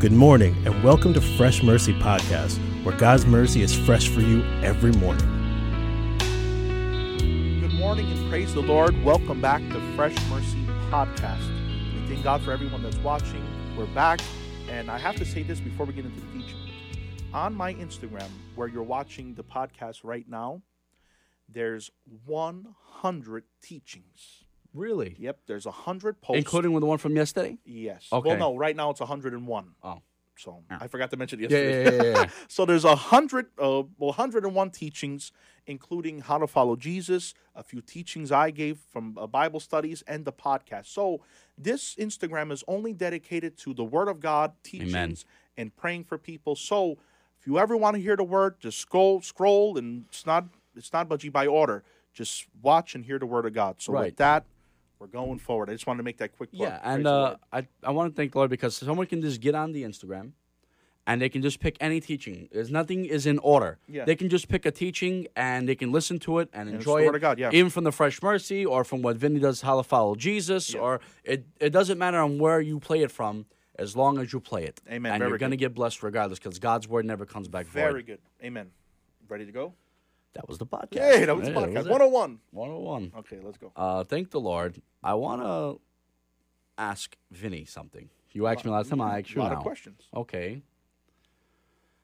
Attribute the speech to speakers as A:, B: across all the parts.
A: Good morning, and welcome to Fresh Mercy Podcast, where God's mercy is fresh for you every morning.
B: Good morning and praise the Lord. Welcome back to Fresh Mercy Podcast. We thank God for everyone that's watching. We're back, and I have to say this before we get into the teaching. On my Instagram, where you're watching the podcast right now, there's 100 teachings.
C: Really?
B: Yep, there's 100 posts.
C: Including with the one from yesterday?
B: Yes. Well,
C: Okay.
B: no, right now it's 101.
C: Oh.
B: So
C: Yeah.
B: I forgot to mention it
C: Yeah,
B: yesterday.
C: yeah, yeah, yeah.
B: So there's a hundred, uh, well, 101 teachings, including how to follow Jesus, a few teachings I gave from uh, Bible studies, and the podcast. So this Instagram is only dedicated to the Word of God teachings and praying for people. So if you ever want to hear the Word, just scroll, scroll, and it's not it's not budgie by order. Just watch and hear the Word of God. So with
C: Right.
B: that, we're going forward. I just wanted to make that quick. plug.
C: yeah,
B: Praise
C: and
B: the
C: uh,
B: Lord.
C: I, I want to thank the Lord because someone can just get on the Instagram and they can just pick any teaching. There's nothing is in order.
B: Yeah.
C: They can just pick a teaching and they can listen to it and
B: it's
C: enjoy
B: the
C: it.
B: Word of God, yeah.
C: Even from the Fresh Mercy or from what Vinny does, How to Follow Jesus,
B: Yeah.
C: or it, it doesn't matter on where you play it from as long as you play it.
B: Amen.
C: And
B: Very
C: you're going to
B: good.
C: get blessed regardless because God's word never comes back
B: very
C: void.
B: good. Amen. Ready to go?
C: That was the podcast.
B: Hey, that was the podcast. oh-
C: it.
B: 101.
C: 101.
B: Okay, let's go.
C: Uh, thank the Lord. I want to ask Vinny something. You asked me last time. I asked
B: a
C: you
B: lot
C: now.
B: of questions.
C: Okay.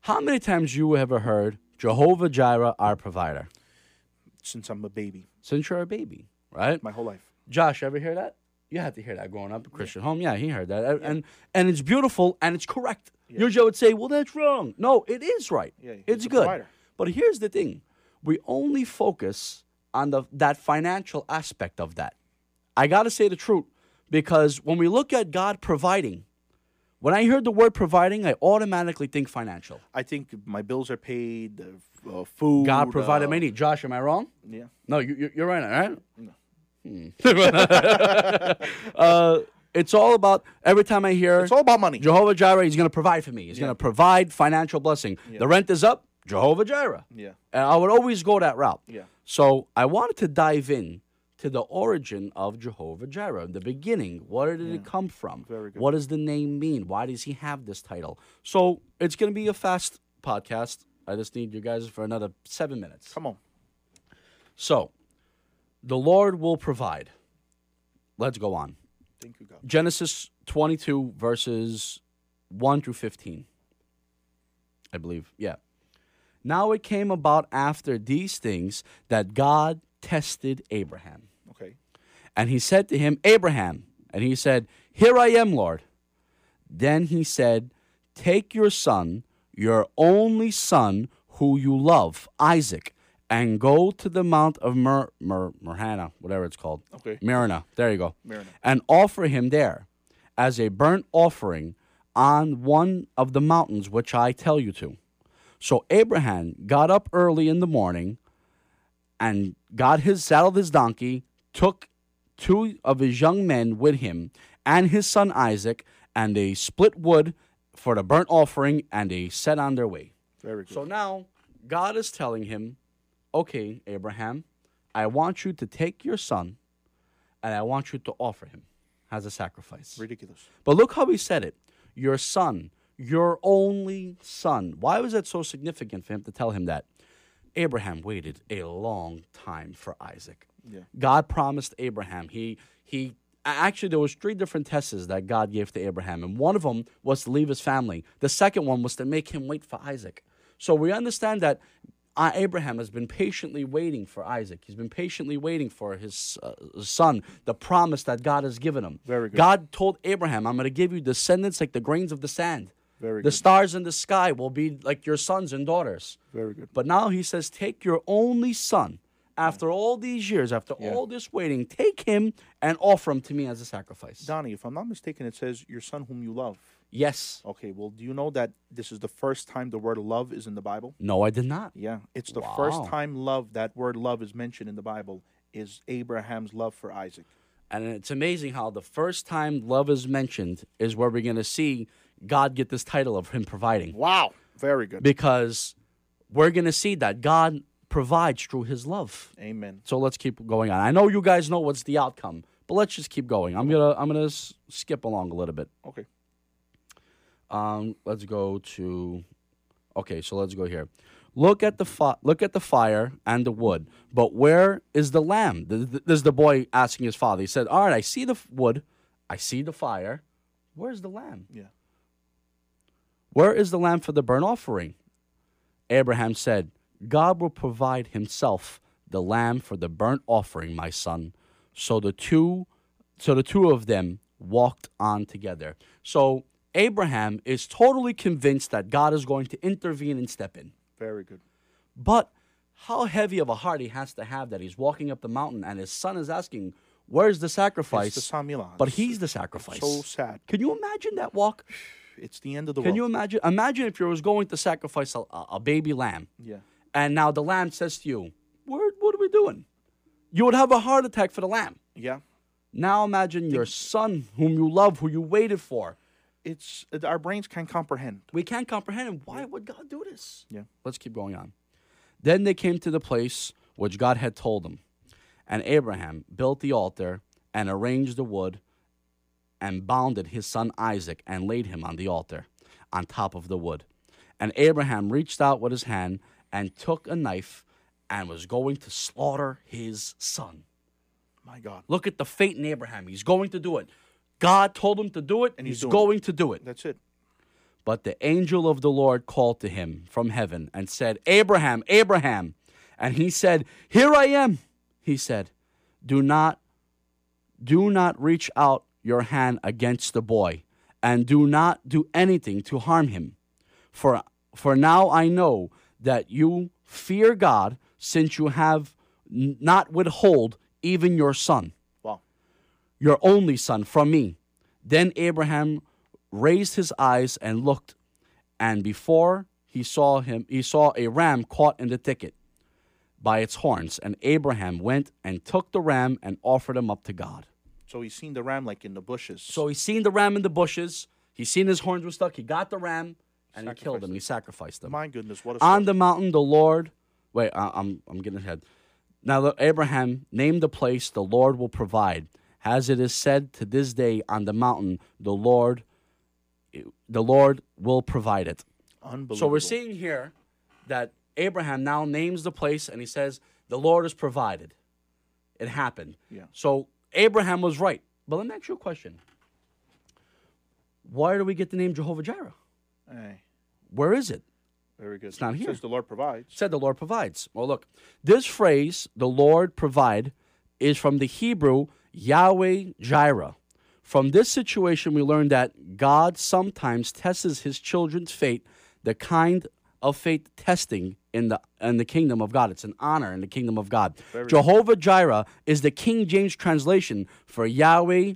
C: How many times you ever heard Jehovah Jireh, our provider,
B: since I'm a baby,
C: since you're a baby, right?
B: my whole life.
C: Josh, ever hear that? You had to hear that growing up, Christian home. Yeah, he heard that, and and, and it's beautiful and it's correct. Usually, I would say, "Well, that's wrong." No, it is right.
B: Yeah, he's
C: it's
B: the
C: good.
B: provider.
C: But here's the thing: we only focus on the that financial aspect of that. I gotta say the truth because when we look at God providing, when I heard the word providing, I automatically think financial.
B: I think my bills are paid, the f- uh, food.
C: God provided
B: uh,
C: my need. Josh, am I wrong?
B: Yeah.
C: No, you, you- you're right, all right? Hmm. uh, it's all about every time I hear
B: It's all about money.
C: Jehovah Jireh, he's going to provide for me. He's going to provide financial blessing. The rent is up, Jehovah Jireh.
B: Yeah.
C: And I would always go that route.
B: Yeah.
C: So I wanted to dive in to the origin of Jehovah Jireh, the beginning. Where did it come from?
B: Very good.
C: What does the name mean? Why does he have this title? So it's going to be a fast podcast. I just need you guys for another seven minutes.
B: Come on.
C: So, the Lord will provide. Let's go on.
B: Thank you, God.
C: Genesis 22, verses 1 through 15. I believe. Yeah. Now it came about after these things that God tested Abraham.
B: Okay.
C: And he said to him, Abraham. And he said, Here I am, Lord. Then he said, Take your son, your only son, who you love, Isaac, and go to the Mount of Mer- Mer- Merhana, whatever it's called.
B: Okay.
C: Merina. There you go.
B: Merina.
C: And offer him there as a burnt offering on one of the mountains which I tell you to. So Abraham got up early in the morning and got his saddled his donkey, took two of his young men with him and his son Isaac, and they split wood for the burnt offering, and they set on their way.
B: Very good.
C: So now God is telling him, Okay, Abraham, I want you to take your son and I want you to offer him as a sacrifice.
B: Ridiculous.
C: But look how he said it your son, your only son. Why was that so significant for him to tell him that? Abraham waited a long time for Isaac.
B: Yeah.
C: God promised Abraham. He he a- actually there was three different tests that God gave to Abraham, and one of them was to leave his family. The second one was to make him wait for Isaac. So we understand that uh, Abraham has been patiently waiting for Isaac. He's been patiently waiting for his uh, son, the promise that God has given him.
B: Very good.
C: God told Abraham, "I'm going to give you descendants like the grains of the sand.
B: Very
C: the
B: good.
C: stars in the sky will be like your sons and daughters."
B: Very good.
C: But now he says, Take your only son after all these years, after all this waiting, take him and offer him to me as a sacrifice.
B: Donnie, if I'm not mistaken, it says your son whom you love.
C: Yes.
B: Okay. Well, do you know that this is the first time the word love is in the Bible?
C: No, I did not.
B: Yeah. It's the first
C: Wow.
B: time love that word love is mentioned in the Bible is Abraham's love for Isaac.
C: And it's amazing how the first time love is mentioned is where we're going to see God get this title of him providing.
B: Wow. Very good.
C: Because we're going to see that God provides through his love.
B: Amen.
C: So let's keep going on. I know you guys know what's the outcome, but let's just keep going. I'm going to I'm going to skip along a little bit.
B: Okay.
C: Um, let's go to. Okay, so let's go here. Look at the fi- look at the fire and the wood, but where is the lamb? Th- th- This is the boy asking his father. He said, "All right, I see the f- wood, I see the fire. Where's the lamb?
B: Yeah.
C: Where is the lamb for the burnt offering?" Abraham said, "God will provide Himself the lamb for the burnt offering, my son." So the two, so the two of them walked on together. So Abraham is totally convinced that God is going to intervene and step in.
B: Very good.
C: But how heavy of a heart he has to have that he's walking up the mountain and his son is asking, Where's the
B: It's
C: sacrifice?
B: the Samilan.
C: but he's the sacrifice.
B: so sad.
C: Can you imagine that walk?
B: It's the end of the
C: Can
B: world.
C: you imagine? Imagine if you was going to sacrifice a, a a baby lamb
B: yeah.
C: and now the lamb says to you, Where, What are we doing? You would have a heart attack for the lamb.
B: Yeah.
C: Now imagine your son, whom you love, who you waited for.
B: It's our brains can't comprehend.
C: We can't comprehend him. Why would God do this?
B: Yeah.
C: Let's keep going on. Then they came to the place which God had told them. And Abraham built the altar and arranged the wood and bounded his son Isaac and laid him on the altar on top of the wood. And Abraham reached out with his hand and took a knife and was going to slaughter his son.
B: My God.
C: Look at the fate in Abraham. He's going to do it. God told him to do it, and
B: he's
C: he's,
B: doing it.
C: going to do it.
B: That's it.
C: But the angel of the Lord called to him from heaven and said, Abraham, Abraham. And he said, Here I am. He said, Do not do not reach out your hand against the boy, and do not do anything to harm him. For for now I know that you fear God, since you have n- not withhold even your son
B: Wow.
C: your only son from me. Then Abraham raised his eyes and looked, and before he saw him, he saw a ram caught in the thicket by its horns. And Abraham went and took the ram and offered him up to God.
B: So he's seen the ram like in the bushes.
C: So he seen the ram in the bushes. He seen his horns were stuck. He got the ram and he killed him. He sacrificed him
B: my goodness, what a
C: on
B: story.
C: the mountain the lord wait I, i'm i'm getting ahead now the- abraham named the place the lord will provide as it is said to this day on the mountain the lord the lord will provide it
B: unbelievable.
C: so we're seeing here that abraham now names the place and he says the lord is provided it happened
B: Yeah.
C: so abraham was right but let me ask you a question where do we get the name jehovah jireh
B: Hey,
C: where is it
B: very good. It's
C: not here.
B: Says the Lord provides.
C: said the Lord provides. Well, look, this phrase, the Lord provide, is from the Hebrew Yahweh Jireh. From this situation, we learn that God sometimes tests his children's fate, the kind of faith testing in the in the kingdom of God. It's an honor in the kingdom of God. Jehovah Jireh is the King James translation for Yahweh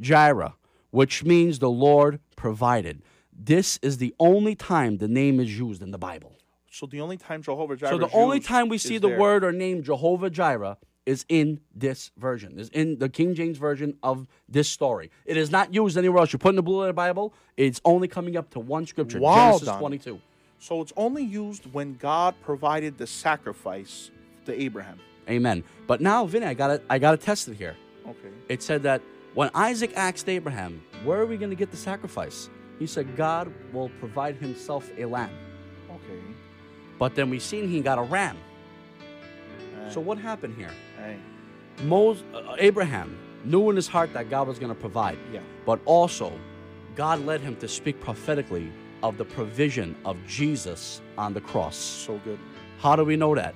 C: Jireh, which means the Lord provided. This is the only time the name is used in the Bible.
B: So the only time Jehovah Jireh.
C: So the
B: is
C: only
B: used
C: time we see
B: is
C: the
B: there.
C: word or name Jehovah Jireh is in this version, is in the King James version of this story. It is not used anywhere else. You put in the Blue Letter Bible, it's only coming up to one scripture,
B: Wow,
C: Genesis
B: Don.
C: 22.
B: So it's only used when God provided the sacrifice to Abraham.
C: Amen. But now, Vinny, I got it. I got it tested here.
B: Okay.
C: It said that when Isaac asked Abraham, "Where are we going to get the sacrifice?" He said, "God will provide Himself a lamb."
B: Okay.
C: But then we seen he got a ram.
B: Hey,
C: So what happened here?
B: hey,
C: Moses, uh, Abraham knew in his heart that God was going to provide.
B: Yeah.
C: but also God led him to speak prophetically of the provision of Jesus on the cross.
B: So good.
C: How do we know that?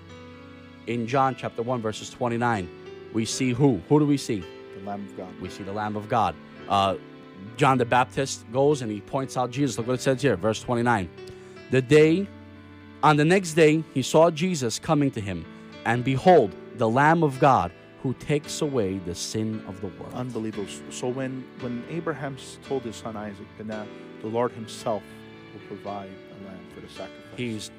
C: In John chapter 1 verses 29, we see who? Who do we see?
B: The Lamb of God.
C: We see the Lamb of God. Uh, John the Baptist goes and he points out Jesus. Look what it says here, verse 29. The day, on the next day, he saw Jesus coming to him, and behold, the Lamb of God who takes away the sin of the world.
B: Unbelievable. So when when Abraham s- told his son Isaac, and now the Lord Himself will provide a lamb for the sacrifice.
C: he's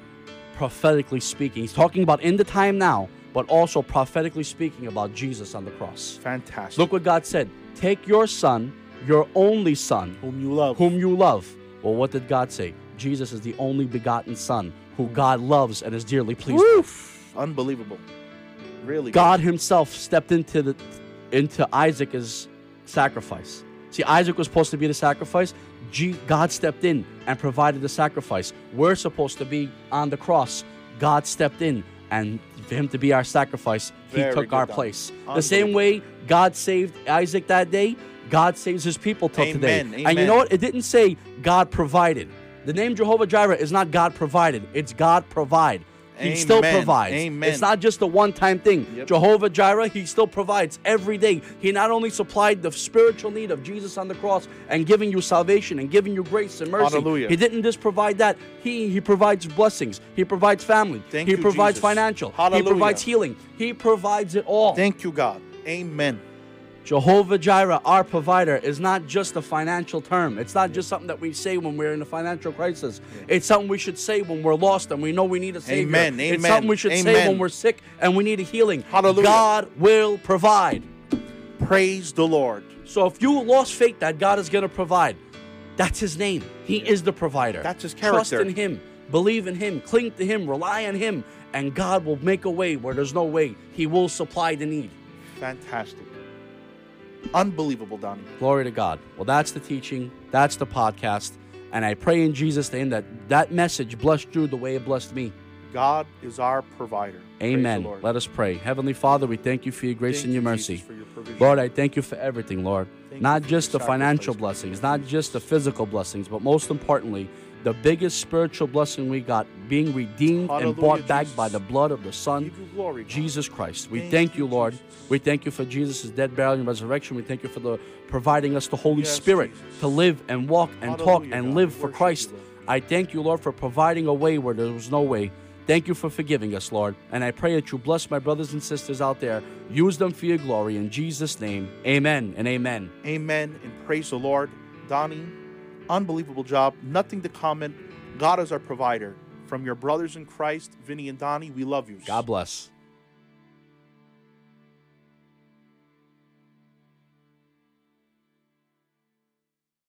C: prophetically speaking. He's talking about in the time now, but also prophetically speaking about Jesus on the cross.
B: fantastic.
C: Look what God said Take your son, your only son,
B: whom you love.
C: whom you love. Well, what did God say? Jesus is the only begotten son who God loves and is dearly pleased with.
B: Woof. Unbelievable. Really.
C: God himself stepped into the into Isaac's sacrifice. See, Isaac was supposed to be the sacrifice. G- God stepped in and provided the sacrifice. We're supposed to be on the cross. God stepped in, and for him to be our sacrifice, he
B: Very
C: took
B: good,
C: our
B: Don.
C: place. The same way God saved Isaac that day, God saves his people till today.
B: Amen,
C: And you know
B: amen.
C: what? It didn't say God provided. The name Jehovah Jireh is not God provided, it's God provide. He still
B: Amen,
C: provides.
B: amen.
C: It's not just a one time thing.
B: Yep.
C: Jehovah Jireh, he still provides every day. He not only supplied the spiritual need of Jesus on the cross and giving you salvation and giving you grace and mercy.
B: Hallelujah.
C: He didn't just provide that. He he provides blessings. He provides family.
B: Thank
C: he
B: you,
C: provides
B: Jesus.
C: financial. He
B: Hallelujah.
C: provides healing. He provides it all.
B: Thank you, God. Amen.
C: Jehovah Jireh, our provider, is not just a financial term. It's not just something that we say when we're in a financial crisis. It's something we should say when we're lost and we know we need a savior.
B: Amen,
C: It's
B: amen,
C: something we should say
B: amen.
C: when we're sick and we need a healing.
B: Hallelujah.
C: God will provide.
B: Praise the Lord.
C: So if you lost faith that God is going to provide, that's His name. He is the provider.
B: That's His
C: Trust
B: character.
C: in Him. Believe in Him. Cling to Him. Rely on Him, and God will make a way where there's no way. He will supply the need.
B: Fantastic. Unbelievable, Donnie.
C: Glory to God. Well, that's the teaching. That's the podcast. And I pray in Jesus' name that that message blessed you the way it blessed me.
B: God is our provider. Praise
C: Amen.
B: the Lord.
C: Let us pray. Heavenly Father, we thank you for your grace
B: Thank
C: and your
B: you,
C: mercy.
B: Jesus, for your provision.
C: Lord, I thank you for everything, Lord.
B: Thank
C: not
B: you for
C: just the
B: your
C: financial
B: sacrifice.
C: blessings, not just the physical blessings, but most importantly, the biggest spiritual blessing we got being redeemed and
B: Hallelujah,
C: brought back
B: Jesus.
C: by the blood of the Son,
B: Give you glory, God.
C: Jesus Christ. We thank,
B: Thank
C: you,
B: you,
C: Lord.
B: Jesus.
C: We thank you for Jesus' dead burial and resurrection. We thank you for the providing us the Holy
B: Yes,
C: Spirit
B: Jesus.
C: to live and walk and talk
B: Hallelujah,
C: and
B: God.
C: live
B: We
C: for
B: worship
C: Christ.
B: you, Lord.
C: I thank you, Lord, for providing a way where there was no way. Thank you for forgiving us, Lord. And I pray that you bless my brothers and sisters out there. Use them for your glory. In Jesus' name, amen and amen.
B: Amen and praise the Lord. Donnie, unbelievable job. Nothing to comment. God is our provider. From your brothers in Christ, Vinny and Donnie, we love you.
C: God bless.